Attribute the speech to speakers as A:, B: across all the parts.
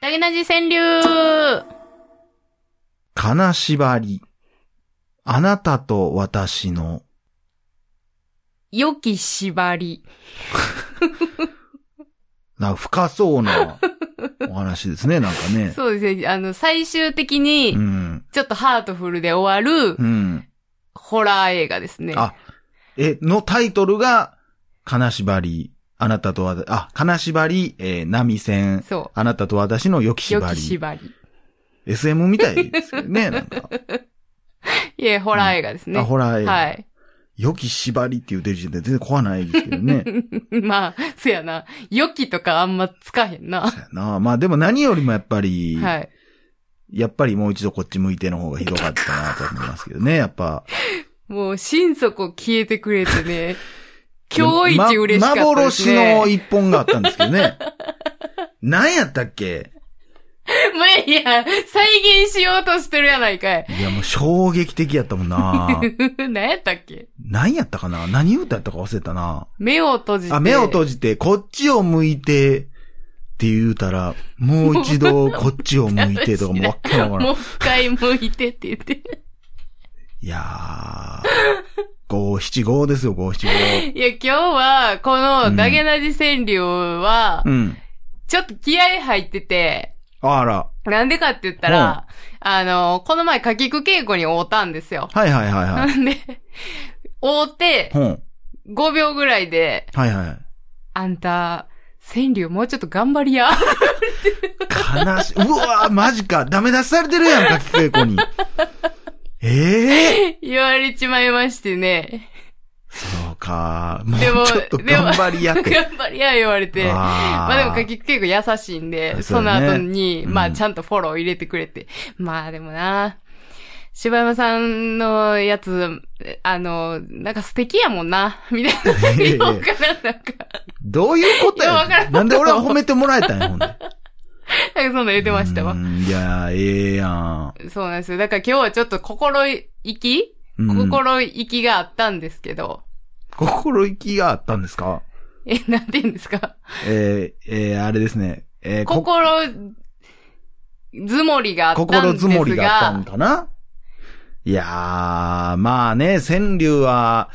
A: ダゲナジ川柳
B: 金縛り。あなたと私の。
A: 良き縛り。
B: なんか深そ うなお話ですね、なんかね。
A: そうですね。あの、最終的に
B: う、ん。
A: ちょっとハートフルで終わる
B: う、ん。
A: ホラー映画ですね。
B: あ、え、のタイトルが、金縛り。あなたと私、あ、金縛り、えー、波線。
A: そ
B: あなたと私の良き
A: う。良
B: 縛
A: き
B: り。
A: 縛り。
B: SM みたいですよね、な んか。
A: いえ、ホラー映画ですね。
B: あ、ホラー映画。
A: はい。
B: 良き縛りって言うてる時点で全然怖ないですけど ね。
A: まあ、そやな。良きとかあんまつかへんな。
B: そうやなまあでも何よりもやっぱり、
A: はい。
B: やっぱりもう一度こっち向いての方がひどかったなと思いますけどね、やっぱ。
A: もう、心底消えてくれてね。 今日一嬉しかったです
B: ま
A: ね。
B: 幻の一本があったんですけ どね。何やったっけ
A: もういや、再現しようとしてるやないかい。
B: いやもう衝撃的やったもんな
A: 何やったっけ
B: 何やったかな何歌やったか忘れたな
A: 目を閉じて。
B: あ、目を閉じて、こっちを向いて、って言うたら、もう一度こっちを向いてとかもうわっけわからん
A: もう一回向いてって言って。
B: いやー、五七五ですよ、五七五。
A: いや、今日は、こ
B: う
A: の、
B: ん
A: ダゲナジ川柳は、
B: うん。
A: ちょっと気合入ってて、
B: あら。
A: なんでかって言ったら、あの、この前、かきく稽古に会うたんですよ。
B: はいはいはい は
A: な
B: い。
A: んで、会うて、
B: ほん。
A: 5秒ぐらいで、
B: はいはい。
A: あんた、川柳もうちょっと頑張り や。
B: 悲しい。うわー、マジか。ダメ出しされてるやんか、きけいこに。ええ
A: 言われちまいましてね。
B: そうか。もう
A: でも
B: ちょっと頑張りやっ
A: 頑
B: て。
A: 張りや言われて。
B: ま
A: まあでも、かき結構優しいんで、
B: そ
A: そう
B: だね
A: の後に、
B: うん
A: まあちゃんとフォロー入れてくれて。まあでもな、柴山さんのやつ、あの、なんか素敵やもんな、 みたいな。
B: いやい
A: よ
B: や
A: うわからん、なんか、
B: どういうこと
A: いやわから
B: や
A: ん
B: なんで俺は褒めてもらえたんや、ほんで。
A: なんかそんな言ってました
B: う
A: わ。
B: んいやー、ええやん。
A: そうなんですよ。だから今日はちょっと心意気、
B: うん
A: 心意気があったんですけど、
B: 心意気があったんですか
A: え、なんて言うんですか
B: えー、えー、あれですね。えー、こ
A: 心、積もりがあったん
B: 心
A: です
B: 積
A: が、
B: もりがあったんかないやー、まあね、川柳は、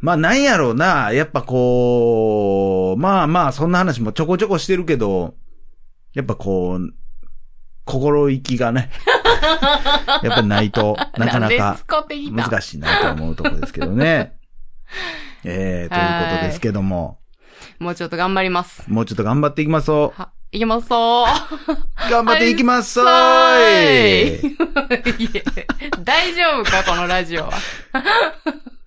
B: まあなんやろうな、やっぱこう、まあまあそんな話もちょこちょこしてるけど、やっぱこう、心意気がね、 やっぱないと、なかな
A: なん
B: か
A: で使ってきた
B: 難しいなと思うとこですけどね。えー、ということですけども、
A: もうちょっと頑張ります。
B: もうちょっと頑張っていきましょ
A: は、いきますぞー。
B: う。頑張っていきましょう
A: はい いえ、大丈夫かこのラジオは。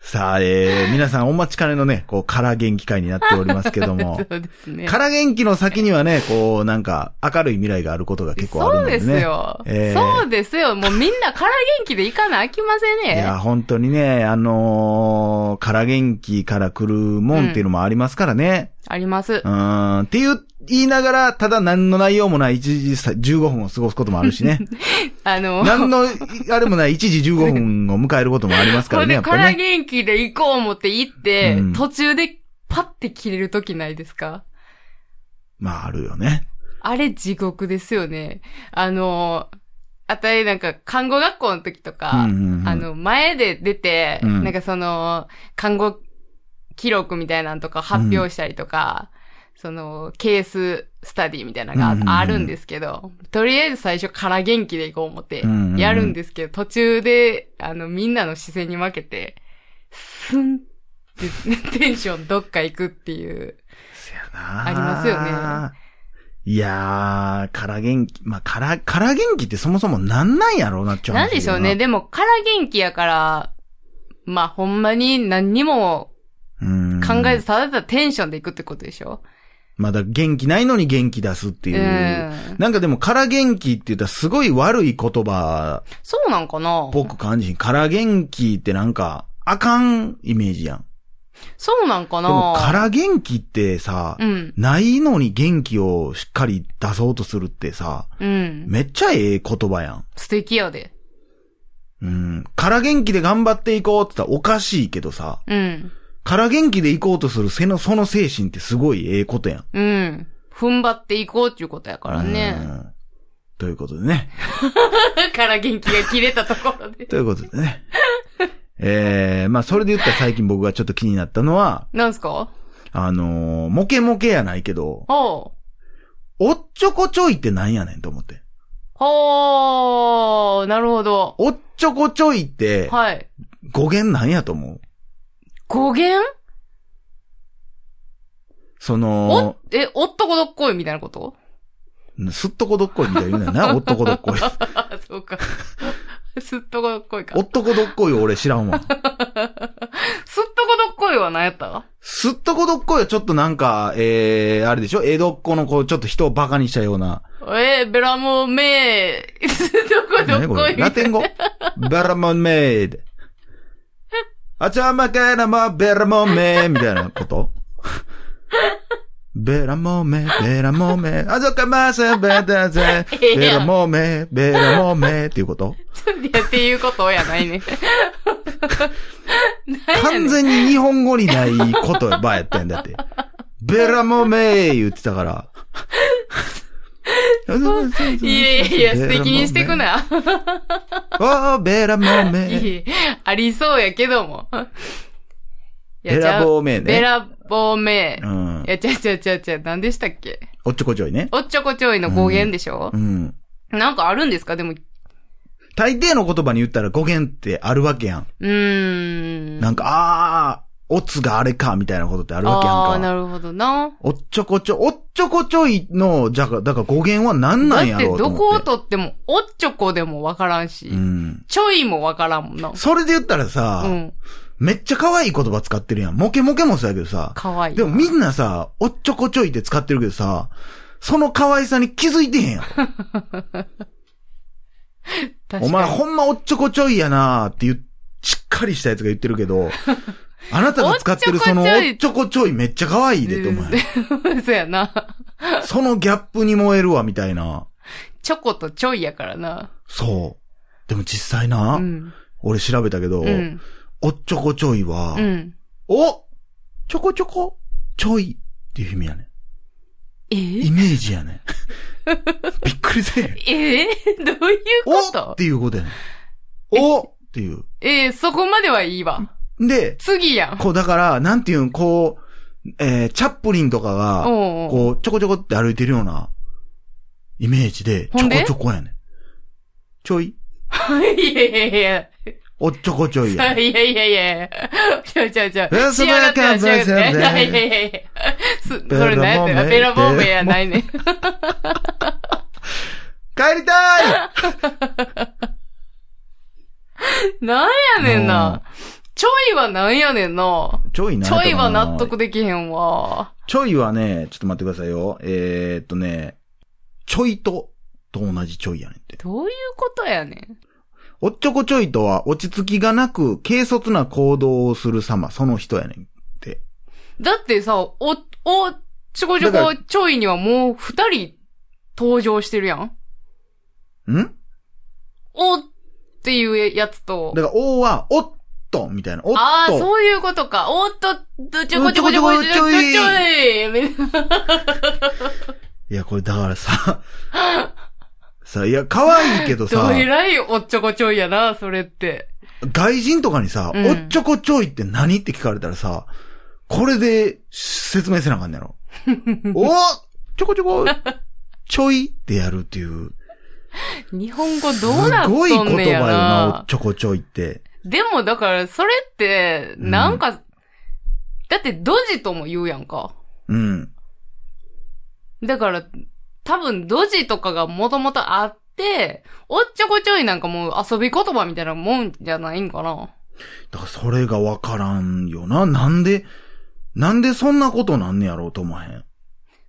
B: さ あ、えー、皆さんお待ちかねのね、こう、空元気会になっておりますけど も
A: そ、うですね。
B: 空元気の先にはね、こう、なんか、明るい未来があることが結構ある
A: そう
B: ので
A: で
B: ね。
A: すよ、
B: えー
A: そうですよ。もうみんなから元気でいかなあきません
B: いや、
A: ね。
B: 本当にね、あのー、空元気から来るもんっていうのもありますからね。
A: あります
B: う。ん、んっていう、言いながら、ただ何の内容もない1時さ15分を過ごすこともある しね。
A: あの、
B: 何の、あれもない1時15分を迎えることもありますか
A: これ
B: らね、や
A: で
B: っぱり
A: から
B: ね。
A: 元気で行こう思って行って、
B: うん
A: 途中でパッて切れるときないですか
B: まあ、あるよね。
A: あれ地獄ですよね。あの、あたいなんか看護学校の時とか、
B: うんうんうん
A: あの、前で出て、
B: うん
A: なんかその、看護記録みたいなのとか発表したりとか、その、ケーススタディみたいな
B: うんうんう
A: の
B: ん
A: があるんですけど、とりあえず最初から元気でいこう思って
B: うんうんうん、
A: やるんですけど、途中で、あの、みんなの視線に負けて、スンって、テンションどっか行くっていう。
B: せやな
A: ありますよ
B: ね。いやー、から元気、まあ、から、から元気ってそもそもなんなんやろうなっちゃう
A: なんでしょうね。。でも、から元気やから、まあ、ほんまに何にも
B: うん。
A: 考えず、ただただテンションでいくってことでしょ
B: まだ元気ないのに元気出すって
A: う
B: い
A: ん。
B: う。なんかでも、から元気って言ったらすごい悪い言葉っ
A: そうなんかな
B: ぽく感じひん。から元気ってなんか、あかんイメージやん。
A: そうなんか
B: で
A: な
B: も、から元気ってさ、
A: うん。
B: ないのに元気をしっかり出そうとするってさ、
A: うん。
B: めっちゃええ言葉やん。
A: 素敵やで。
B: うん。から元気で頑張っていこうって言ったらおかしいけどさ、
A: うん。
B: から元気で行こうとするその、その精神ってすごいええことやん。
A: うん。踏ん張っていこうっていうことやから
B: う
A: ね。
B: ん。ということでね。
A: から元気が切れたところ で。
B: ということでね。えー、まあ、それで言ったら最近僕がちょっと気になったのは、
A: なんすか
B: あのーモケモケやないけど、
A: おう。
B: おっちょこちょいってなんやねんと思って。
A: ほー、なるほど。
B: おっちょこちょいって、
A: はい。
B: 語源なんやと思う
A: 語源
B: そ
A: お
B: の、、
A: え、おっとこどっこいみたいなこと
B: すっとこどっこいみたいに言うねんな、おっとこど っこい。
A: あそうか。すっとこどっこいか
B: お。っとこどっこい俺知らんわ。
A: すっとこどっこいは何やった
B: すっとこどっこいはちょっとなんか、えー、あれでしょ江戸っ子のこう、ちょっと人をバカにしたような。
A: えー、ベラモメー、 すっとこど
B: 何
A: っこ
B: これ
A: い
B: ラテン語ベラモンメイド。あちゃまけなまベラモンメイみたいなことベラモメ、ベラモメ、あぞかませ、ベタゼ、
A: ええやん
B: ベラモメ、ベラモメっていうこと
A: いや、っていうことやない ね。何やね
B: 完
A: ん
B: 全に日本語にない言葉やったん だって。ベラモメー言ってたから。
A: いやいやいや、素敵にしてくな。
B: ああ、ベラモメ
A: い
B: ー。
A: いありそうやけども。いや
B: ベラボーメーね
A: ベラボーメ
B: う
A: ー。
B: ん
A: い。や、ちゃちゃちゃちゃ、何でしたっけ
B: おっちょこちょいね。
A: おっちょこちょいの語源でしょ
B: う、ん。
A: なんかあるんですかでも、う
B: 大抵の言葉に言ったら語源ってあるわけやん。
A: ーん。
B: なんか、ああ、オツがあれか、みたいなことってあるわけ
A: ああー、
B: やん
A: な
B: か。
A: るほどな。
B: おっちょこちょ、おっちょこちょいの、じゃが、だから語源は何な
A: だ
B: んや
A: って
B: ろうと
A: ど
B: 思って。
A: こを取っても、おっちょこでもわからんし、
B: うん。
A: ちょいもわからんもんな。
B: それで言ったらさ、
A: うん。
B: めっちゃ可愛い言葉使ってるやん。モケモケもそうやけどさ。
A: かわいい。
B: でもみんなさ、おっちょこちょいって使ってるけどさ、その可愛さに気づいて へんやん。
A: 確かに
B: お前ほんまおっちょこちょいやなーって言う、しっかりしたやつが言ってるけ ど、あなたが使ってるそのお
A: お
B: っ
A: っ
B: ちょこちょいめっちゃ可愛いでって思うやん。
A: そうやな。
B: そのギャップに燃えるわみたいな。
A: チョコとちょいやからな。
B: そう。でも実際な、
A: うん。
B: 俺調べたけど、
A: うん。
B: おっちょこちょいは、
A: うん。
B: おちょこちょこちょいっていう意味やね
A: え
B: ん。イメージやねん。びっくりせえへ
A: え
B: ん。
A: ーどういうこ
B: おっ
A: と
B: ていうことやねん。おっていう。
A: えー、そこまではいいわ。
B: で、
A: 次やん。
B: こうだから、なんていうん、こう、えー、チャップリンとかが、
A: おうおう
B: こう、ちょこちょこって歩いてるような、イメージで、
A: ほ
B: ちょ
A: ん
B: こ
A: で
B: ちょこやねん。ちょい、
A: いやいやいや。
B: おっちょこちょい
A: い
B: やね
A: やい
B: ん。
A: やいやいや。ちょちょちょ。
B: えそ
A: 仕
B: の
A: 上が
B: や
A: っ
B: つ
A: て
B: は
A: は仕上がってない。い
B: 全然
A: やいやいやいや。そ それ何やった
B: ベ
A: ベ
B: ラ
A: ラ
B: ボ
A: ボ
B: ー
A: ー
B: メ
A: メやないねん。
B: 帰りたい
A: なんやねんな。ちょいはなんやねんな。
B: ちょいな
A: ちょいは納得できへんわ。
B: ちょいはね、ちょっと待ってくださいよ。えー、っとね、ちょいと、と同じちょいやねんって。
A: どういうことやねん。
B: おっちょこちょいとは、落ち着きがなく、軽率な行動をする様、その人やねんって。
A: だってさ、お、お、ちょこちょ
B: だか
A: こちょいにはもう二人登場してるやん。
B: ん
A: おっていうやつと
B: だ。から、おは、おっと、みたいな。おっと。
A: ああ、そういうことか。おっと、ちょこちょこちょこちょこちょい。
B: いや、これだからさ、 さ、いや、可愛いけど
A: ど
B: さ、
A: えらいおっちょこちょいやな、それって。
B: 外人とかにさ、
A: うん
B: おっちょこちょいって何って聞かれたらさ、これで説明せなあかんね やろ。おちょこちょこ、ちょいってやるっていう。
A: 日本語どうなっ
B: すごい
A: と
B: 言
A: ん
B: 葉
A: ねや
B: よな、おっ
A: な。
B: ちょこちょいって。
A: でもだから、それって、
B: うん
A: なんか、だってドジとも言うやんか。
B: うん。
A: だから、多分ドジとかがもともとあって、おっちょこちょいなんかもう遊び言葉みたいなもんじゃないんかな。
B: だからそれがわからんよな。なんで、なんでそんなことなんねやろうと思わへん。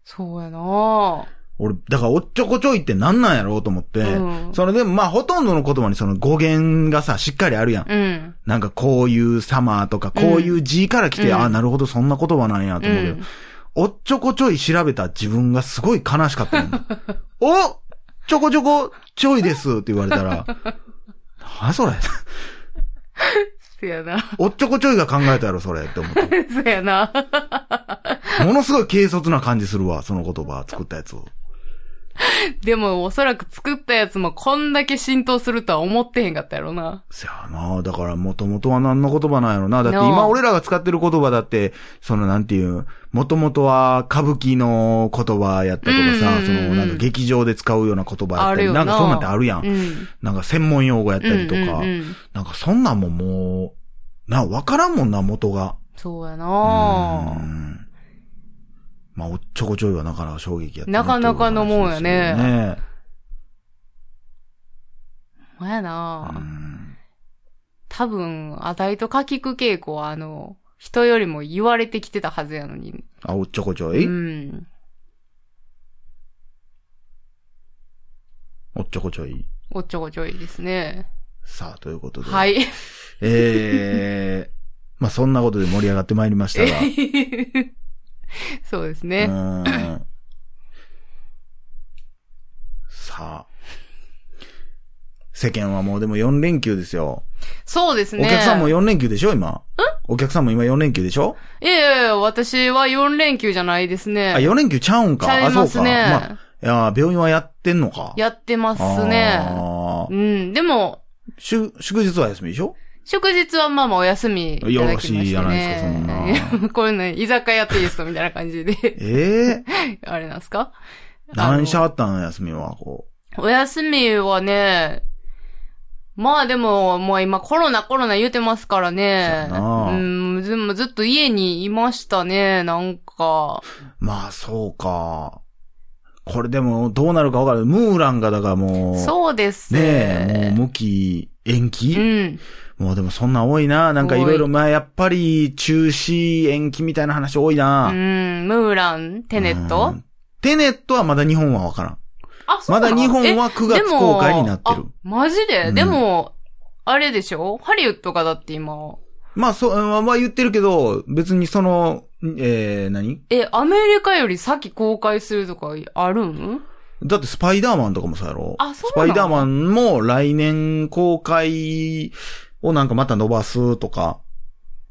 A: そうやな
B: 俺、だからおっちょこちょいってなんなんやろうと思って、
A: うん
B: それでもまあほとんどの言葉にその語源がさ、しっかりあるやん。
A: うん。
B: なんかこういう様とか、こういう字から来て、
A: うん
B: ああ、なるほど、そんな言葉なんやと
A: う
B: 思うけど、
A: ん。
B: おっちょこちょい調べた自分がすごい悲しかっ たのおちょこ ちょこちょいですって言われたら、はそれ。
A: せやな。
B: おっちょこちょいが考えたやろ、それって思っ
A: せやな。
B: た。ものすごい軽率な感じするわ、その言葉作ったやつを。
A: でも、おそらく作ったやつもこんだけ浸透するとは思ってへんかったやろな。
B: せやなだから元々は何の言葉なんやろな。だって
A: なあ
B: 今俺らが使ってる言葉だって、そのなんていう、元々は歌舞伎の言葉やったとかさ、
A: うんうん
B: そ
A: うんうん
B: のなんか劇場で使うような言葉やった
A: ある
B: り、
A: よ
B: な
A: なん
B: かそんなんってあるやん。
A: うん。
B: なんか専門用語やったりとか、
A: うんうんうん
B: なんかそんなんももう、な、わからんもんな、元が。
A: そうや
B: う
A: な。
B: んまあ、おっちょこちょいはなかなか衝撃やった
A: なかなかのもんやね
B: っていう話ですよね
A: ほんまや
B: う
A: な。
B: ん
A: 多分、あたいとかきく稽古は、あの、人よりも言われてきてたはずやのに。
B: あ、おっちょこちょ
A: う
B: い、
A: ん。
B: おっちょこちょい。
A: おっちょこちょいですね。
B: さあ、ということで。
A: はい。
B: ええ まあそんなことで盛り上がってまいりましたが。
A: そうです
B: う
A: ね。
B: ーんさあ。世間はもうでも4連休ですよ。
A: そうです
B: お
A: ね。
B: 客さんも4連休でしょ今。お客さんも今4連休でしょ
A: いやいやいや、私は4連休じゃないですね。
B: あ、4連休ちゃうんか。
A: ちゃ
B: あ、
A: い
B: そ
A: ま
B: う
A: す
B: か。
A: ね。
B: まあ、いやー病院はやってんのか。
A: やってますね。
B: あ
A: う
B: ー
A: ん。でも、
B: 祝、祝日は休みでしょ
A: 祝日はまあまあお休みいただきまして、ね。
B: よろしいじゃないですかそんな、
A: これね、居酒屋テイストみたいな感じで
B: ええ
A: あれなんですかあの
B: 何しゃったの休みは、こ
A: お休みはね、まあでも、もう今コロナコロナ言うてますからね。
B: そうやな
A: うん、ずもうずっと家にいましたね、なんか。
B: う。まあ、そうか。これでも、どうなるかわからない。ムーランが、だからもう、
A: そうです。
B: ねえ、もう、無期、延期、
A: うん。
B: もうでもそんなん多いな。なんかいろいろ、まあ、やっぱり、中止、延期みたいな話多いな。
A: うん、ムーラン、テネッ
B: う
A: ト
B: んテネットはまだ日本はわからん。
A: あ、そう
B: ま
A: な
B: だ
A: の
B: 日本は9
A: えで
B: 月
A: も
B: 公開になってる
A: あ。マジで、
B: うん
A: でも、あれでしょハリウッドがだって今。
B: まあ、そう、うんまあ言ってるけど、別にその、えー、何
A: え、アメリカより先公開するとかあるん
B: だってスパイダーマンとかもそうやろ
A: あそうな
B: スパ
A: の
B: イダーマンも来年公開をなんかまた伸ばすとか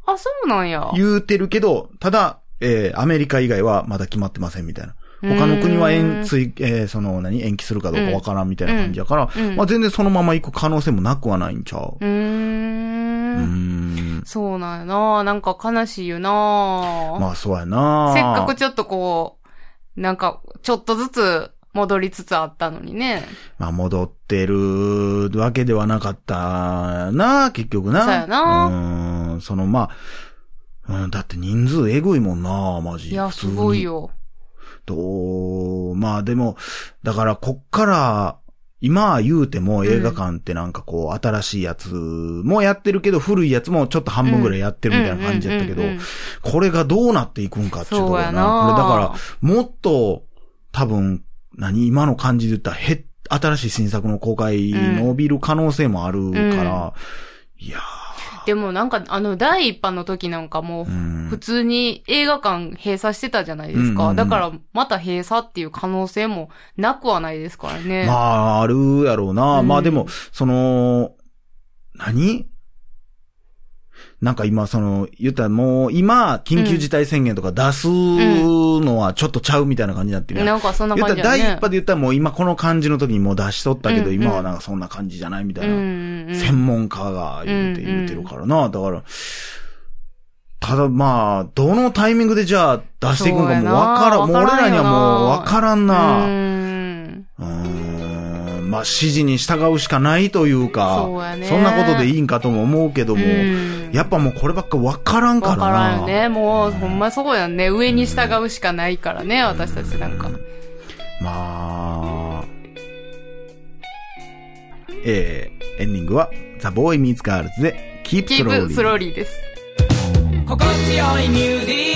A: あ、そうなんや。
B: 言うてるけど、ただ、えー、アメリカ以外はまだ決まってませんみたいな。他の国は
A: うー
B: 延
A: ん
B: 追、えー、その何延期するかどうかわからんみたいな感じやから、
A: うん
B: まあ全然そのまま行く可能性もなくはないんちゃう
A: うー。
B: うんん。
A: そうなんやな。なんか悲しいよな、
B: まあそうやな
A: せっかくちょっとこう、なんか、ちょっとずつ戻りつつあったのにね。
B: まあ、戻ってるわけではなかったな、結局な。
A: そうやな
B: うーん、その、まあ、うん、だって人数えぐいもんな、マジ。
A: いや、
B: 普通
A: す
B: に
A: ごい。よ。
B: どう、まあでも、だからこっから、今言うても映画館ってなんかこう、新しいやつもやってるけど、古いやつもちょっと半分ぐらいやってるみたいな感じだったけど
A: うんうんうん、
B: これがどうなっていくんかっていうと
A: そう
B: ころ
A: や
B: や
A: な
B: な。これだから、もっと、多分、何、今の感じで言ったら、へっ、新しい新作の公開伸びる可能性もあるから、いや
A: でもなんか、あの、第一波の時なんかもう
B: ー、う、ん
A: 普通に映画館閉鎖してたじゃないです
B: うんうん
A: か。
B: うん
A: だから、また閉鎖っていう可能性もなくはないですからね。
B: まあ、あるやろうな。
A: うん
B: まあでも、その、何なんか今、その、言ったらもう、今、緊急事態宣言とか出すのはちょっとちゃうみたいな感じになってるやん
A: なんかそんな
B: 言っ
A: 感
B: た
A: じ
B: ら
A: だ
B: 第
A: ね。
B: 一波で言ったらもう今この感じの時にもう出しとったけど、
A: うんうん
B: 今はなんかそんな感じじゃないみたいな。
A: うんうん
B: 専門家が言うて、
A: うんうん
B: 言うてるからな。だから、ただまあ、どのタイミングでじゃあ出していくのか
A: そう
B: も
A: やな
B: わからん。もう俺
A: わからんよな
B: らにはもうわからん
A: う
B: な。
A: ん。
B: うーん。まあ、指示に従うしかないというか、
A: そうやね
B: んなことでいいんかとも思うけども、
A: うん
B: やっぱもうこればっかわからんから
A: わ
B: な。
A: からんよね。もう、ほんまそうやんね。上に従うしかないからね、私たちなんか。
B: まあ、えー、エンディングは、ザ・ボーイ・ミーツ・ガールズで、キープ・スロ
A: Keep
B: ーリー。
A: slowly です。
C: 心地よいミュージック